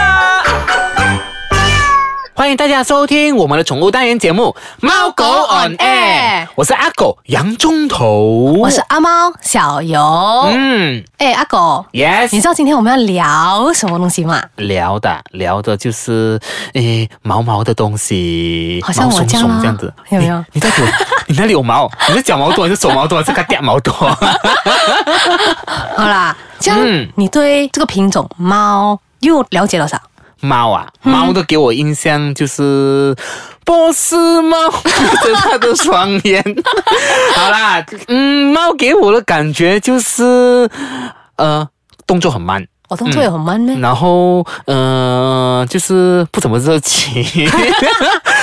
啊。欢迎大家收听我们的宠物单元节目《猫狗 on air》，我是阿狗杨中头，我是阿猫小游。嗯哎、阿狗，你，yes，知道今天我们要聊什么东西吗？聊的聊的就是诶毛毛的东西，好像我毛这样松松啊这样子，有没有你？你到 底有你那里有毛？你是脚毛多还是手毛多还是个掉 毛多？好啦，这样、嗯你对这个品种猫又了解多少？猫啊，嗯猫的给我印象就是波斯猫， 着它的双 眼。好啦，嗯，猫给我的感觉就是，呃，动作很慢，我动作也很慢咩？哦然后，呃，就是不怎么热情，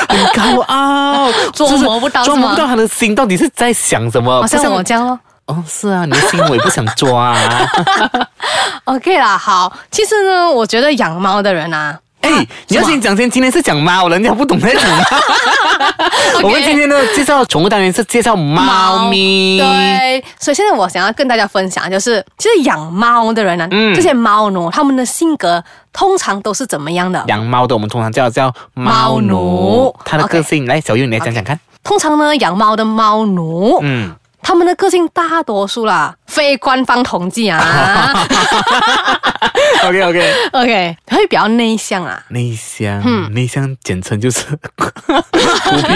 很高 傲，捉摸不到就是吗捉摸不到他的心到底是在想什么。好像不我这样咯。哦，是啊，你的心我也不想抓啊。 OK 啦，好。其实呢，我觉得养猫的人啊，哎，你要什么先讲先，今天是讲猫，人家不懂在讲 猫。我们今天呢，介绍宠物单元是介绍猫咪。对，所以现在我想要跟大家分享，就是其实养猫的人呢、嗯这些猫奴他们的性格通常都是怎么样的？养猫的我们通常叫叫猫猫奴奴，它的 OK 个性。来，小优你来讲讲看。通常呢，养猫的猫奴， 嗯，他们的个性大多数啦，非官方统计 啊 OK OK， ，OK，会比较内向啊。内嗯向，内向简称就是 孤僻，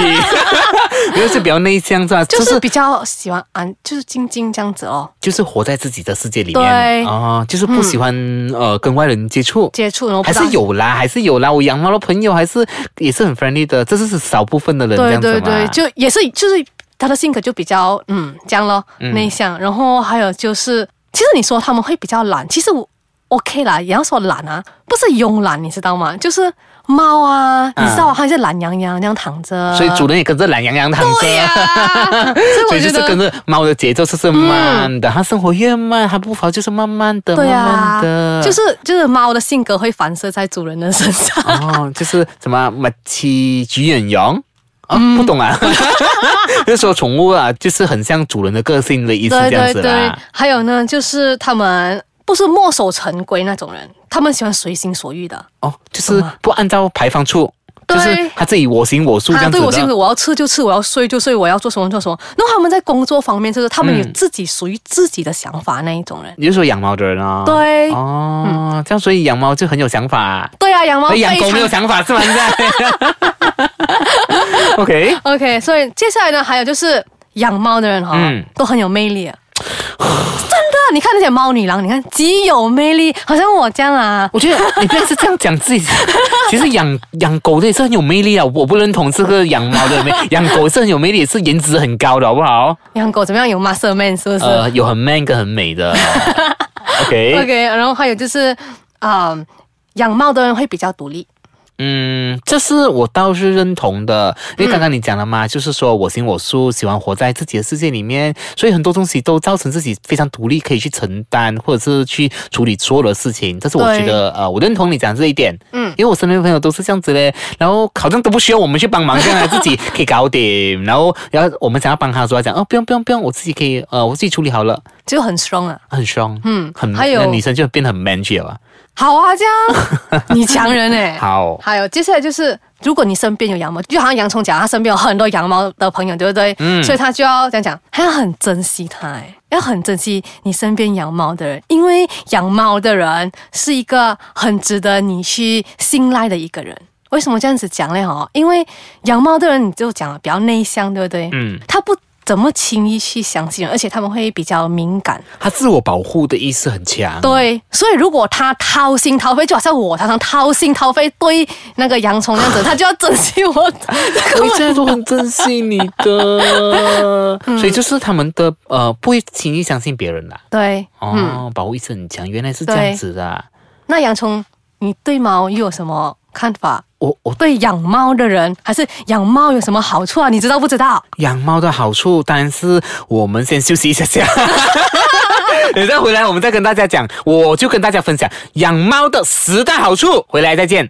因为是比较内向是吧？就就是是比较喜欢啊，就是静静这样子哦，就是活在自己的世界里对嗯面啊，就是不喜欢呃跟外人接触。接触然后不还知道是有啦，还是有啦。我养猫的朋友还是也是很 friendly 的，这就是少部分的人这对样子对嘛。对，就也是就是他的性格就比较嗯这样咯，内向。然后还有就是，其实你说他们会比较懒，其实我 OK 啦，也要说懒啊，不是慵懒，你知道吗？就是猫啊，你知道、啊、它就懒洋洋这样躺着，嗯啊所以主人也跟着懒洋洋躺着。 对呀、所所以我以就觉是跟得。嗯着猫的节奏是是慢的，它生活越慢，它步伐就是慢慢的、对慢啊慢的，就是就是猫的性格会反射在主人的身上，哦，就是什么马七菊远洋啊，嗯不懂啊， 就是说宠物啊，就是很像主人的个性的意思对这样对子对啦。。还有呢，就是他们不是墨守成规那种人，他们喜欢随心所欲的。哦，就是不按照排放处，就对是它自己我行我素这他样子啊对的。我性格，我要吃就吃，我要睡就睡，我要做什么做什么。然后他们在工作方面，就是他们有嗯自己属于自己的想法那一种人。你就说养猫的人啊、嗯哦？对哦，这样所以养猫就很有想法，对啊，养猫那非哎养常狗没有想法是吗？现在 ？OK， OK，所以接下来呢，还有就是养猫的人哈、嗯都很有魅力啊。真的，你看那些猫女郎，你看极有魅力，好像我这样啊。我觉得哎你不要是这样讲自己。 其实养养狗的也是很有魅力啊，我不认同这个养猫的魅，养狗是很有魅力，也是颜值很高的，好不好？养狗怎么样？有 muscle man 是不是、呃，有很 man 跟很美的。OK，, o k 然后还有就是，啊、养猫的人会比较独立。嗯，这是我倒是认同的，因为刚刚你讲了嗯嘛，就是说我行我素，喜欢活在自己的世界里面，所以很多东西都造成自己非常独立，可以去承担或者是去处理所有的事情。这是我对觉得呃，我认同你讲这一点，嗯因为我身边的朋友都是这样子嘞，然后好像都不需要我们去帮忙，这样啊自己可以搞定，然后然后我们想要帮他的时候，他讲哦不用不用不用，我自己可以呃我自己处理好了，就很 strong 啊，很凶，嗯很还有那女生就变得很 man 去了啊，好啊，这样你强人哎、 好，还有接下来就是，如果你身边有养猫，就好像洋葱讲，他身边有很多养猫的朋友，对不对？嗯所以他就要这样讲，他要很珍惜它，哎要很珍惜你身边养猫的人，因为养猫的人是一个很值得你去信赖的一个人。为什么这样子讲呢？哈，因为养猫的人，你就讲了比较内向，对不对？嗯。他不怎么轻易去相信人，而且他们会比较敏感。他自我保护的意识很强，对，所以如果他掏心掏肺，就好像我常常掏心掏肺对那个洋葱那样子，他就要珍惜我。 我一直都很珍惜你的，所以就是他们的呃不会轻易相信别人啦。对，哦，嗯，保护意识很强，原来是这样子的啊。那洋葱，你对猫又有什么看法？我我对养猫的人，还是养猫有什么好处啊？你知道不知道？养猫的好处当然是我们先休息一下下， 等再回来我们再跟大家讲，我就跟大家分享养猫的十大好处。回来再见。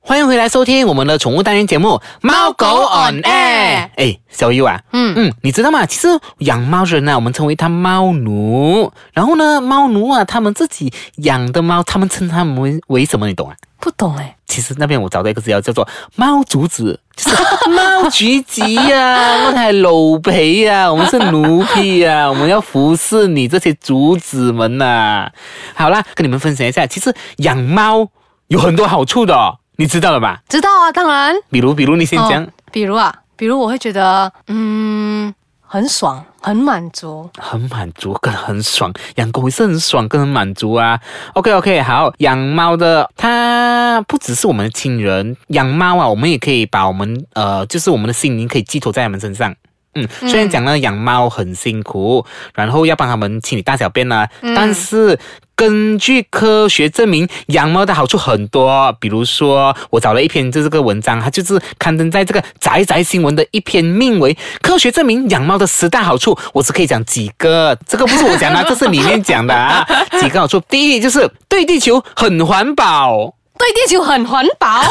欢迎回来收听我们的宠物单元节目《猫狗 on air》。哎，小优啊，嗯嗯，你知道吗？其实养猫人呢、我们称为它猫奴。然后呢，猫奴啊，他们自己养的猫，他们称他们为为什么？你懂啊？不懂哎，其实那边我找到一个资料叫做“猫竹子”， 就是猫橘子呀、我们还老皮呀、我们是奴婢呀、我们要服侍你这些竹子们呐、好啦，跟你们分享一下，其实养猫有很多好处的哦、你知道了吧？知道啊，当然。比如，比如你先讲，哦比如啊，比如我会觉得，嗯，很爽，很满足。很满足跟很爽，养狗也是很爽跟很满足啊。OK OK，好，养猫的它不只是我们的亲人，养猫啊，我们也可以把我们呃，就是我们的心灵可以寄托在它们身上。嗯，虽然讲呢，养猫很辛苦，然后要帮它们清理大小便啦、但是根据科学证明，养猫的好处很多。比如说，我找了一篇就是这个文章，它就是刊登在这个宅宅新闻的一篇，命为《科学证明养猫的十大好处》，我只可以讲几个，这个不是我讲的啊，这是里面讲的啊，几个好处。第一就是对地球很环保。对地球很环 保，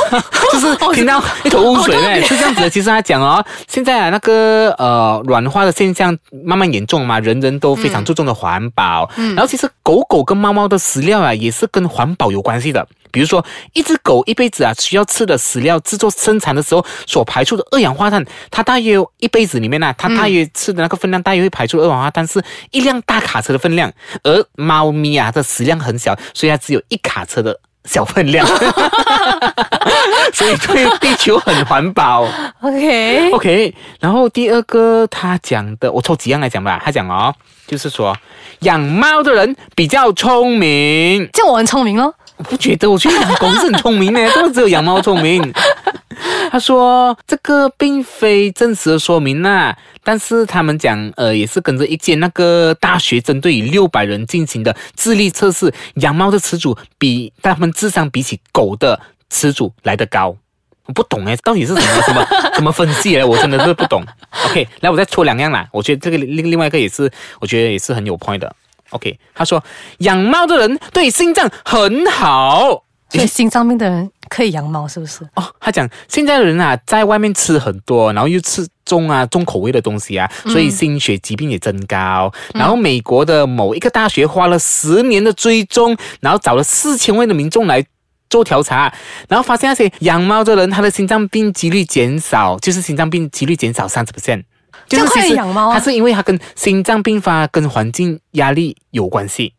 就是听到一头雾水嘞，是这样子的。其实他讲哦，现在啊那个呃软化的现象慢慢严重嘛，人人都非常注重的环保。然后其实狗狗跟猫猫的饲料啊，也是跟环保有关系的。比如说，一只狗一辈子啊需要吃的饲料制作生产的时候所排出的二氧化碳，它大约有一辈子里面呢、啊，它大约吃的那个分量大约会排出二氧化碳是一辆大卡车的分量，而猫咪啊它的食量很小，所以它只有一卡车的小分量。所以对地球很环保。 OK， OK，然后第二个他讲的，我抽几样来讲吧。他讲哦，就是说养猫的人比较聪明，这样我很聪明咯。我不觉得，我觉得养狗是很聪明呢，怎么只有养猫聪明？他说这个并非真实的说明呐、但是他们讲，呃，也是跟着一间那个大学针对六百人进行的智力测试，养猫的词主比他们智商比起狗的词主来得高。我不懂哎，到底是什么什么 什么分析来？我真的是不懂。OK，来我再抽两样啦，我觉得这个另另外一个也是，我觉得也是很有 point 的。OK，他说养猫的人对心脏很好。所以心脏病的人可以养猫，是不是？哦，他讲现在的人啊，在外面吃很多，然后又吃重啊重口味的东西啊，嗯所以心血疾病也增高。然后美国的某一个大学花了十年的追踪，然后找了四千位的民众来。做调查，然后发现那啊些养猫的人，他的心脏病几率减少，就是心脏病几率减少三十 percent。这就样是快其实养猫啊它是因为它跟心脏病发跟环境压力有关系。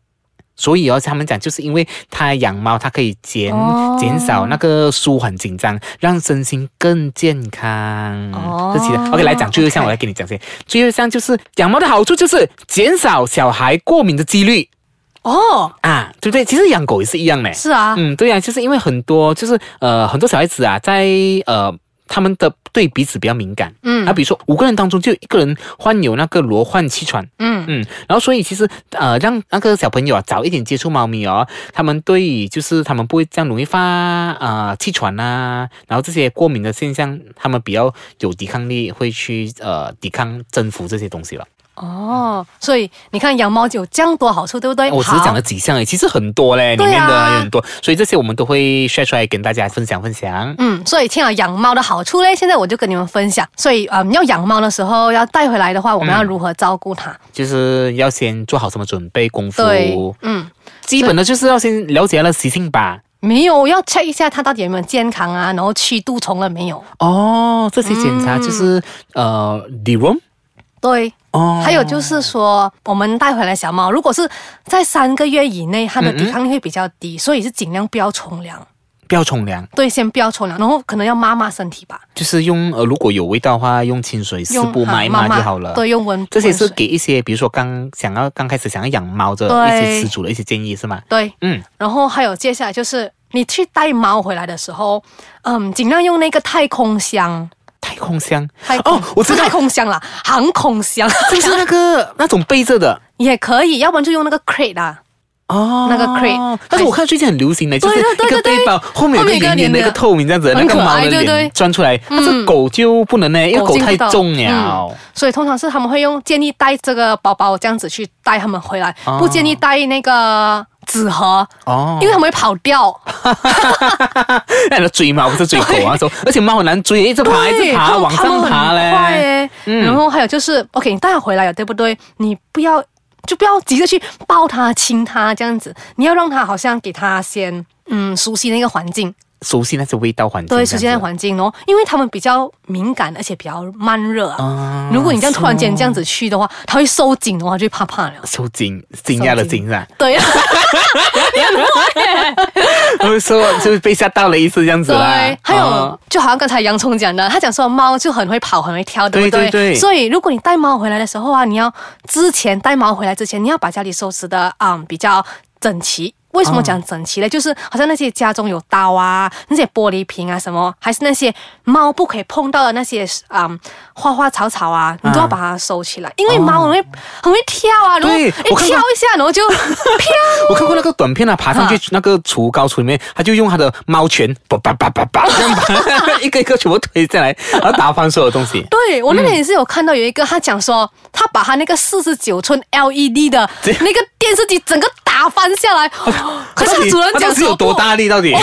所以哦，他们讲就是因为他养猫，它可以减、哦减少那个舒缓紧张，让身心更健康。哦这其他 OK 来讲最后一项， OK 我来给你讲先。最后一项就是养猫的好处就是减少小孩过敏的几率哦，啊，对不对？其实养狗也是一样的。是啊，嗯，对呀、就是因为很多就是呃很多小孩子啊，在呃他们的对彼此比较敏感，嗯啊，比如说五个人当中就有一个人患有那个罗患气喘，嗯嗯，然后所以其实呃让那个小朋友啊早一点接触猫咪哦，他们对于就是他们不会这样容易发啊、呃气喘啊，然后这些过敏的现象，他们比较有抵抗力，会去呃抵抗征服这些东西了。哦，所以你看养猫就有这样多好处，对不对？哦我只是讲哎了好几项诶，其实很多嘞，里对啊面的有很多，所以这些我们都会 share 出来跟大家分享分享。嗯，所以听了养猫的好处嘞，现在我就跟你们分享。所以，嗯，要养猫的时候要带回来的话，我们要如何照顾哦它？就是要先做好什么准备功对夫，，嗯，基本的就是要先了解它的习性吧。没有要 check 一下它到底有没有健康啊，然后去蠹虫了没有？哦，这些检嗯查就是、呃 d e r o m 对，哦，还有就是说，我们带回来小猫，如果是在三个月以内，它的抵抗力会比较低，所以是尽量不要冲凉。不要冲凉，对，先不要冲凉，然后可能要抹抹身体吧，就是用呃如果有味道的话，用清水湿布哈抹一抹就好了。对，用温这些温是水给一些比如说刚想要刚开始想要养猫的一对些失主的一些建议是吗？对，嗯，然后还有接下来就是你去带猫回来的时候，嗯，尽量用那个太空箱，太 空箱太空哦，我知不是道太，空箱啦，航空箱 就是那个那种背着的。也可以，要不然就用那个 crate 啊，哦， 那个 crate 但是我看最近很流行的，就是对对一个对背包后面有后面一一个个圆圆的一脸的个透明这样子，那很个可猫爱的对对脸钻出来，但是嗯狗就不能呢，因为狗进太不到重了嗯。所以通常是他们会用建议带这个包包这样子去带他们回来，哦不建议带那个纸盒，哦因为它们会跑掉。 那你要追猫不是追狗啊？说，而且猫很难追，一直爬，一对，直它爬，们往它们上很爬快嘞。嗯耶然后还有就是，OK，你带它回来了，对不对？你不要就不要急着去抱它、亲它这样子，你要让它好像给它先嗯熟悉那个环境，熟悉那些味道环境，对，熟悉这那样个子环境哦，因为它们比较敏感，而且比较慢热啊。啊如果你这样突然间是这样子去的话，它会收紧的话，就会怕怕 了。受惊惊讶的惊是吧？对啊，我说 就是被吓到了一次这样子啦对。，还有、哦就好像刚才洋葱讲的，他讲说猫就很会跑，很会跳，对不对？对对对所以如果你带猫回来的时候啊，你要之前带猫回来之前，你要把家里收拾的啊、嗯比较整齐。为什么哦讲整齐呢？就是好像那些家中有刀啊，那些玻璃瓶啊什么，还是那些猫不可以碰到的那些啊、嗯花花草草啊，你都要把它收起来，因为猫很会、很会跳啊，然后哦对一我看跳一下，然后就 飘。我看过那个短片啊，爬上去那个厨高处里面，他就用他的猫拳，叭叭叭叭 叭，这样把 一个一个全部推下来，然后打翻所有东西。对我那天也是有看到有一个，他讲说他把他那个四十九寸 LED 的这那个电视机整个打翻下来，哦可是到他底主人他讲到底说有多大力？到底？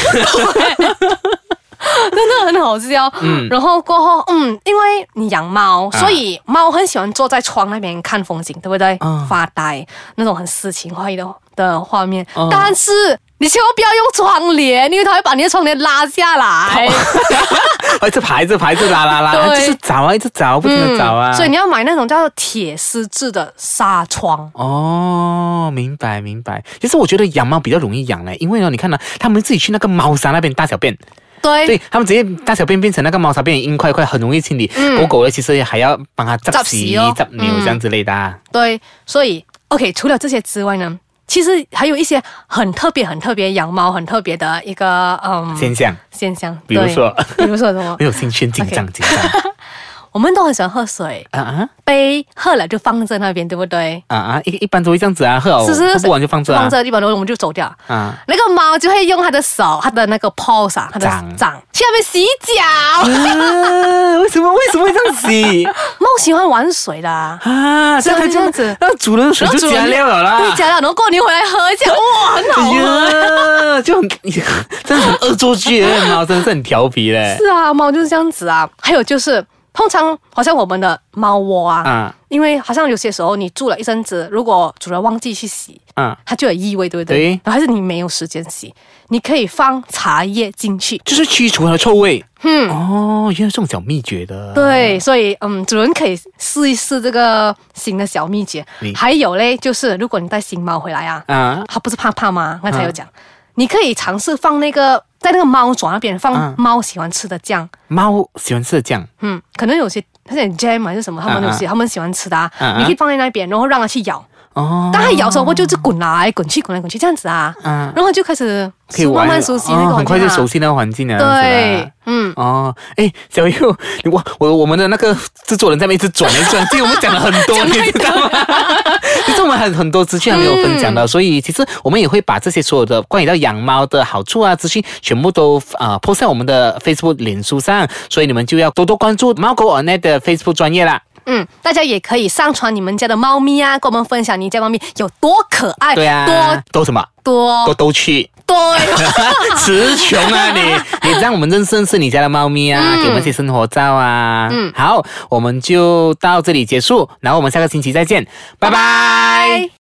不真的很好笑。嗯，然后过后，嗯，因为你养猫，啊所以猫很喜欢坐在窗那边看风景，对不对？啊发呆那种很诗情画意的的画面，啊但是。你千万不要用窗帘，因为它会把你的窗帘拉下来。 哦一直爬，一直爬，一直拉拉拉，对就是找啊，一直找，不停 的找啊。嗯所以你要买那种叫做铁丝质的纱窗。哦，明白明白。其实我觉得养猫比较容易养嘞，因为呢，你看呢、他们自己去那个猫砂那边大小便，对，对他们直接大小便变成那个猫砂变成硬块块，很容易清理。狗狗呢，其实还要帮它执 잡 屎屎、嗯哦 잡牛这样之类的、啊。对，所以 OK，除了这些之外呢，其实还有一些很特别、很特别养猫很特别的一个嗯现象，现象，比如对说，比如说什 么没，有兴趣，紧张紧张我们都很喜欢喝水，啊啊杯喝了就放在那边，对不对？啊啊！一一般都会这样子啊，喝好是是，喝不完就放这啊放这，一般然后我们就走掉。 啊。那个猫就会用它的手，它的那个 paws 啊，它的掌掌去那边洗 脚。啊！为什么为什么会这样洗猫喜欢玩水的啊，啊？是啊它就这样子那主人的水然后就主人加料了啦。对，加料，然后过年回来喝，这样哇，很好啊喝。哎呀，就很真的很恶作剧的猫，真的是很调皮 嘞。是啊，猫就是这样子啊。还有就是，通常好像我们的猫窝啊，啊因为好像有些时候你住了一阵子，如果主人忘记去洗，啊，它就有异味，对不对？对然后还是你没有时间洗，你可以放茶叶进去。就是驱除它的臭味。嗯哦，原来这种小秘诀的。对，所以嗯，主人可以试一试这个新的小秘诀你。还有嘞，就是如果你带新猫回来啊，啊，它不是怕怕吗？刚才有讲，你可以尝试放那个在那个猫爪那边放嗯猫喜欢吃的酱。猫喜欢吃的酱，嗯，可能有些它点 jam 啊还是什么，他们有些、嗯嗯他们喜欢吃的、啊，嗯嗯你可以放在那边，然后让它去咬。哦，当它咬的时候，我就是滚来滚去，滚来滚去这样子啊，嗯然后就开始可以熟玩慢慢熟悉那个哦环很境、啊快就熟悉那个环境了。这样子啦对，嗯，哦，哎，小佑，你我我我们的那个制作人在那边一直转来转去，我们讲了很 多，你知道吗？ 其实我们还有很多资讯还没有分享嗯的，所以其实我们也会把这些所有的关于到养猫的好处啊、资讯，全部都啊 post 在我们的 Facebook 脸书上，所以你们就要多多关注猫狗 online 的 Facebook 专业啦。嗯，大家也可以上传你们家的猫咪啊，跟我们分享你家猫咪有多可爱，对啊，都什么？哎多都多都去，对， 词穷啊 你！你让我们认识认识你家的猫咪啊，给我们一些生活照啊。嗯，好，我们就到这里结束，然后我们下个星期再见，拜拜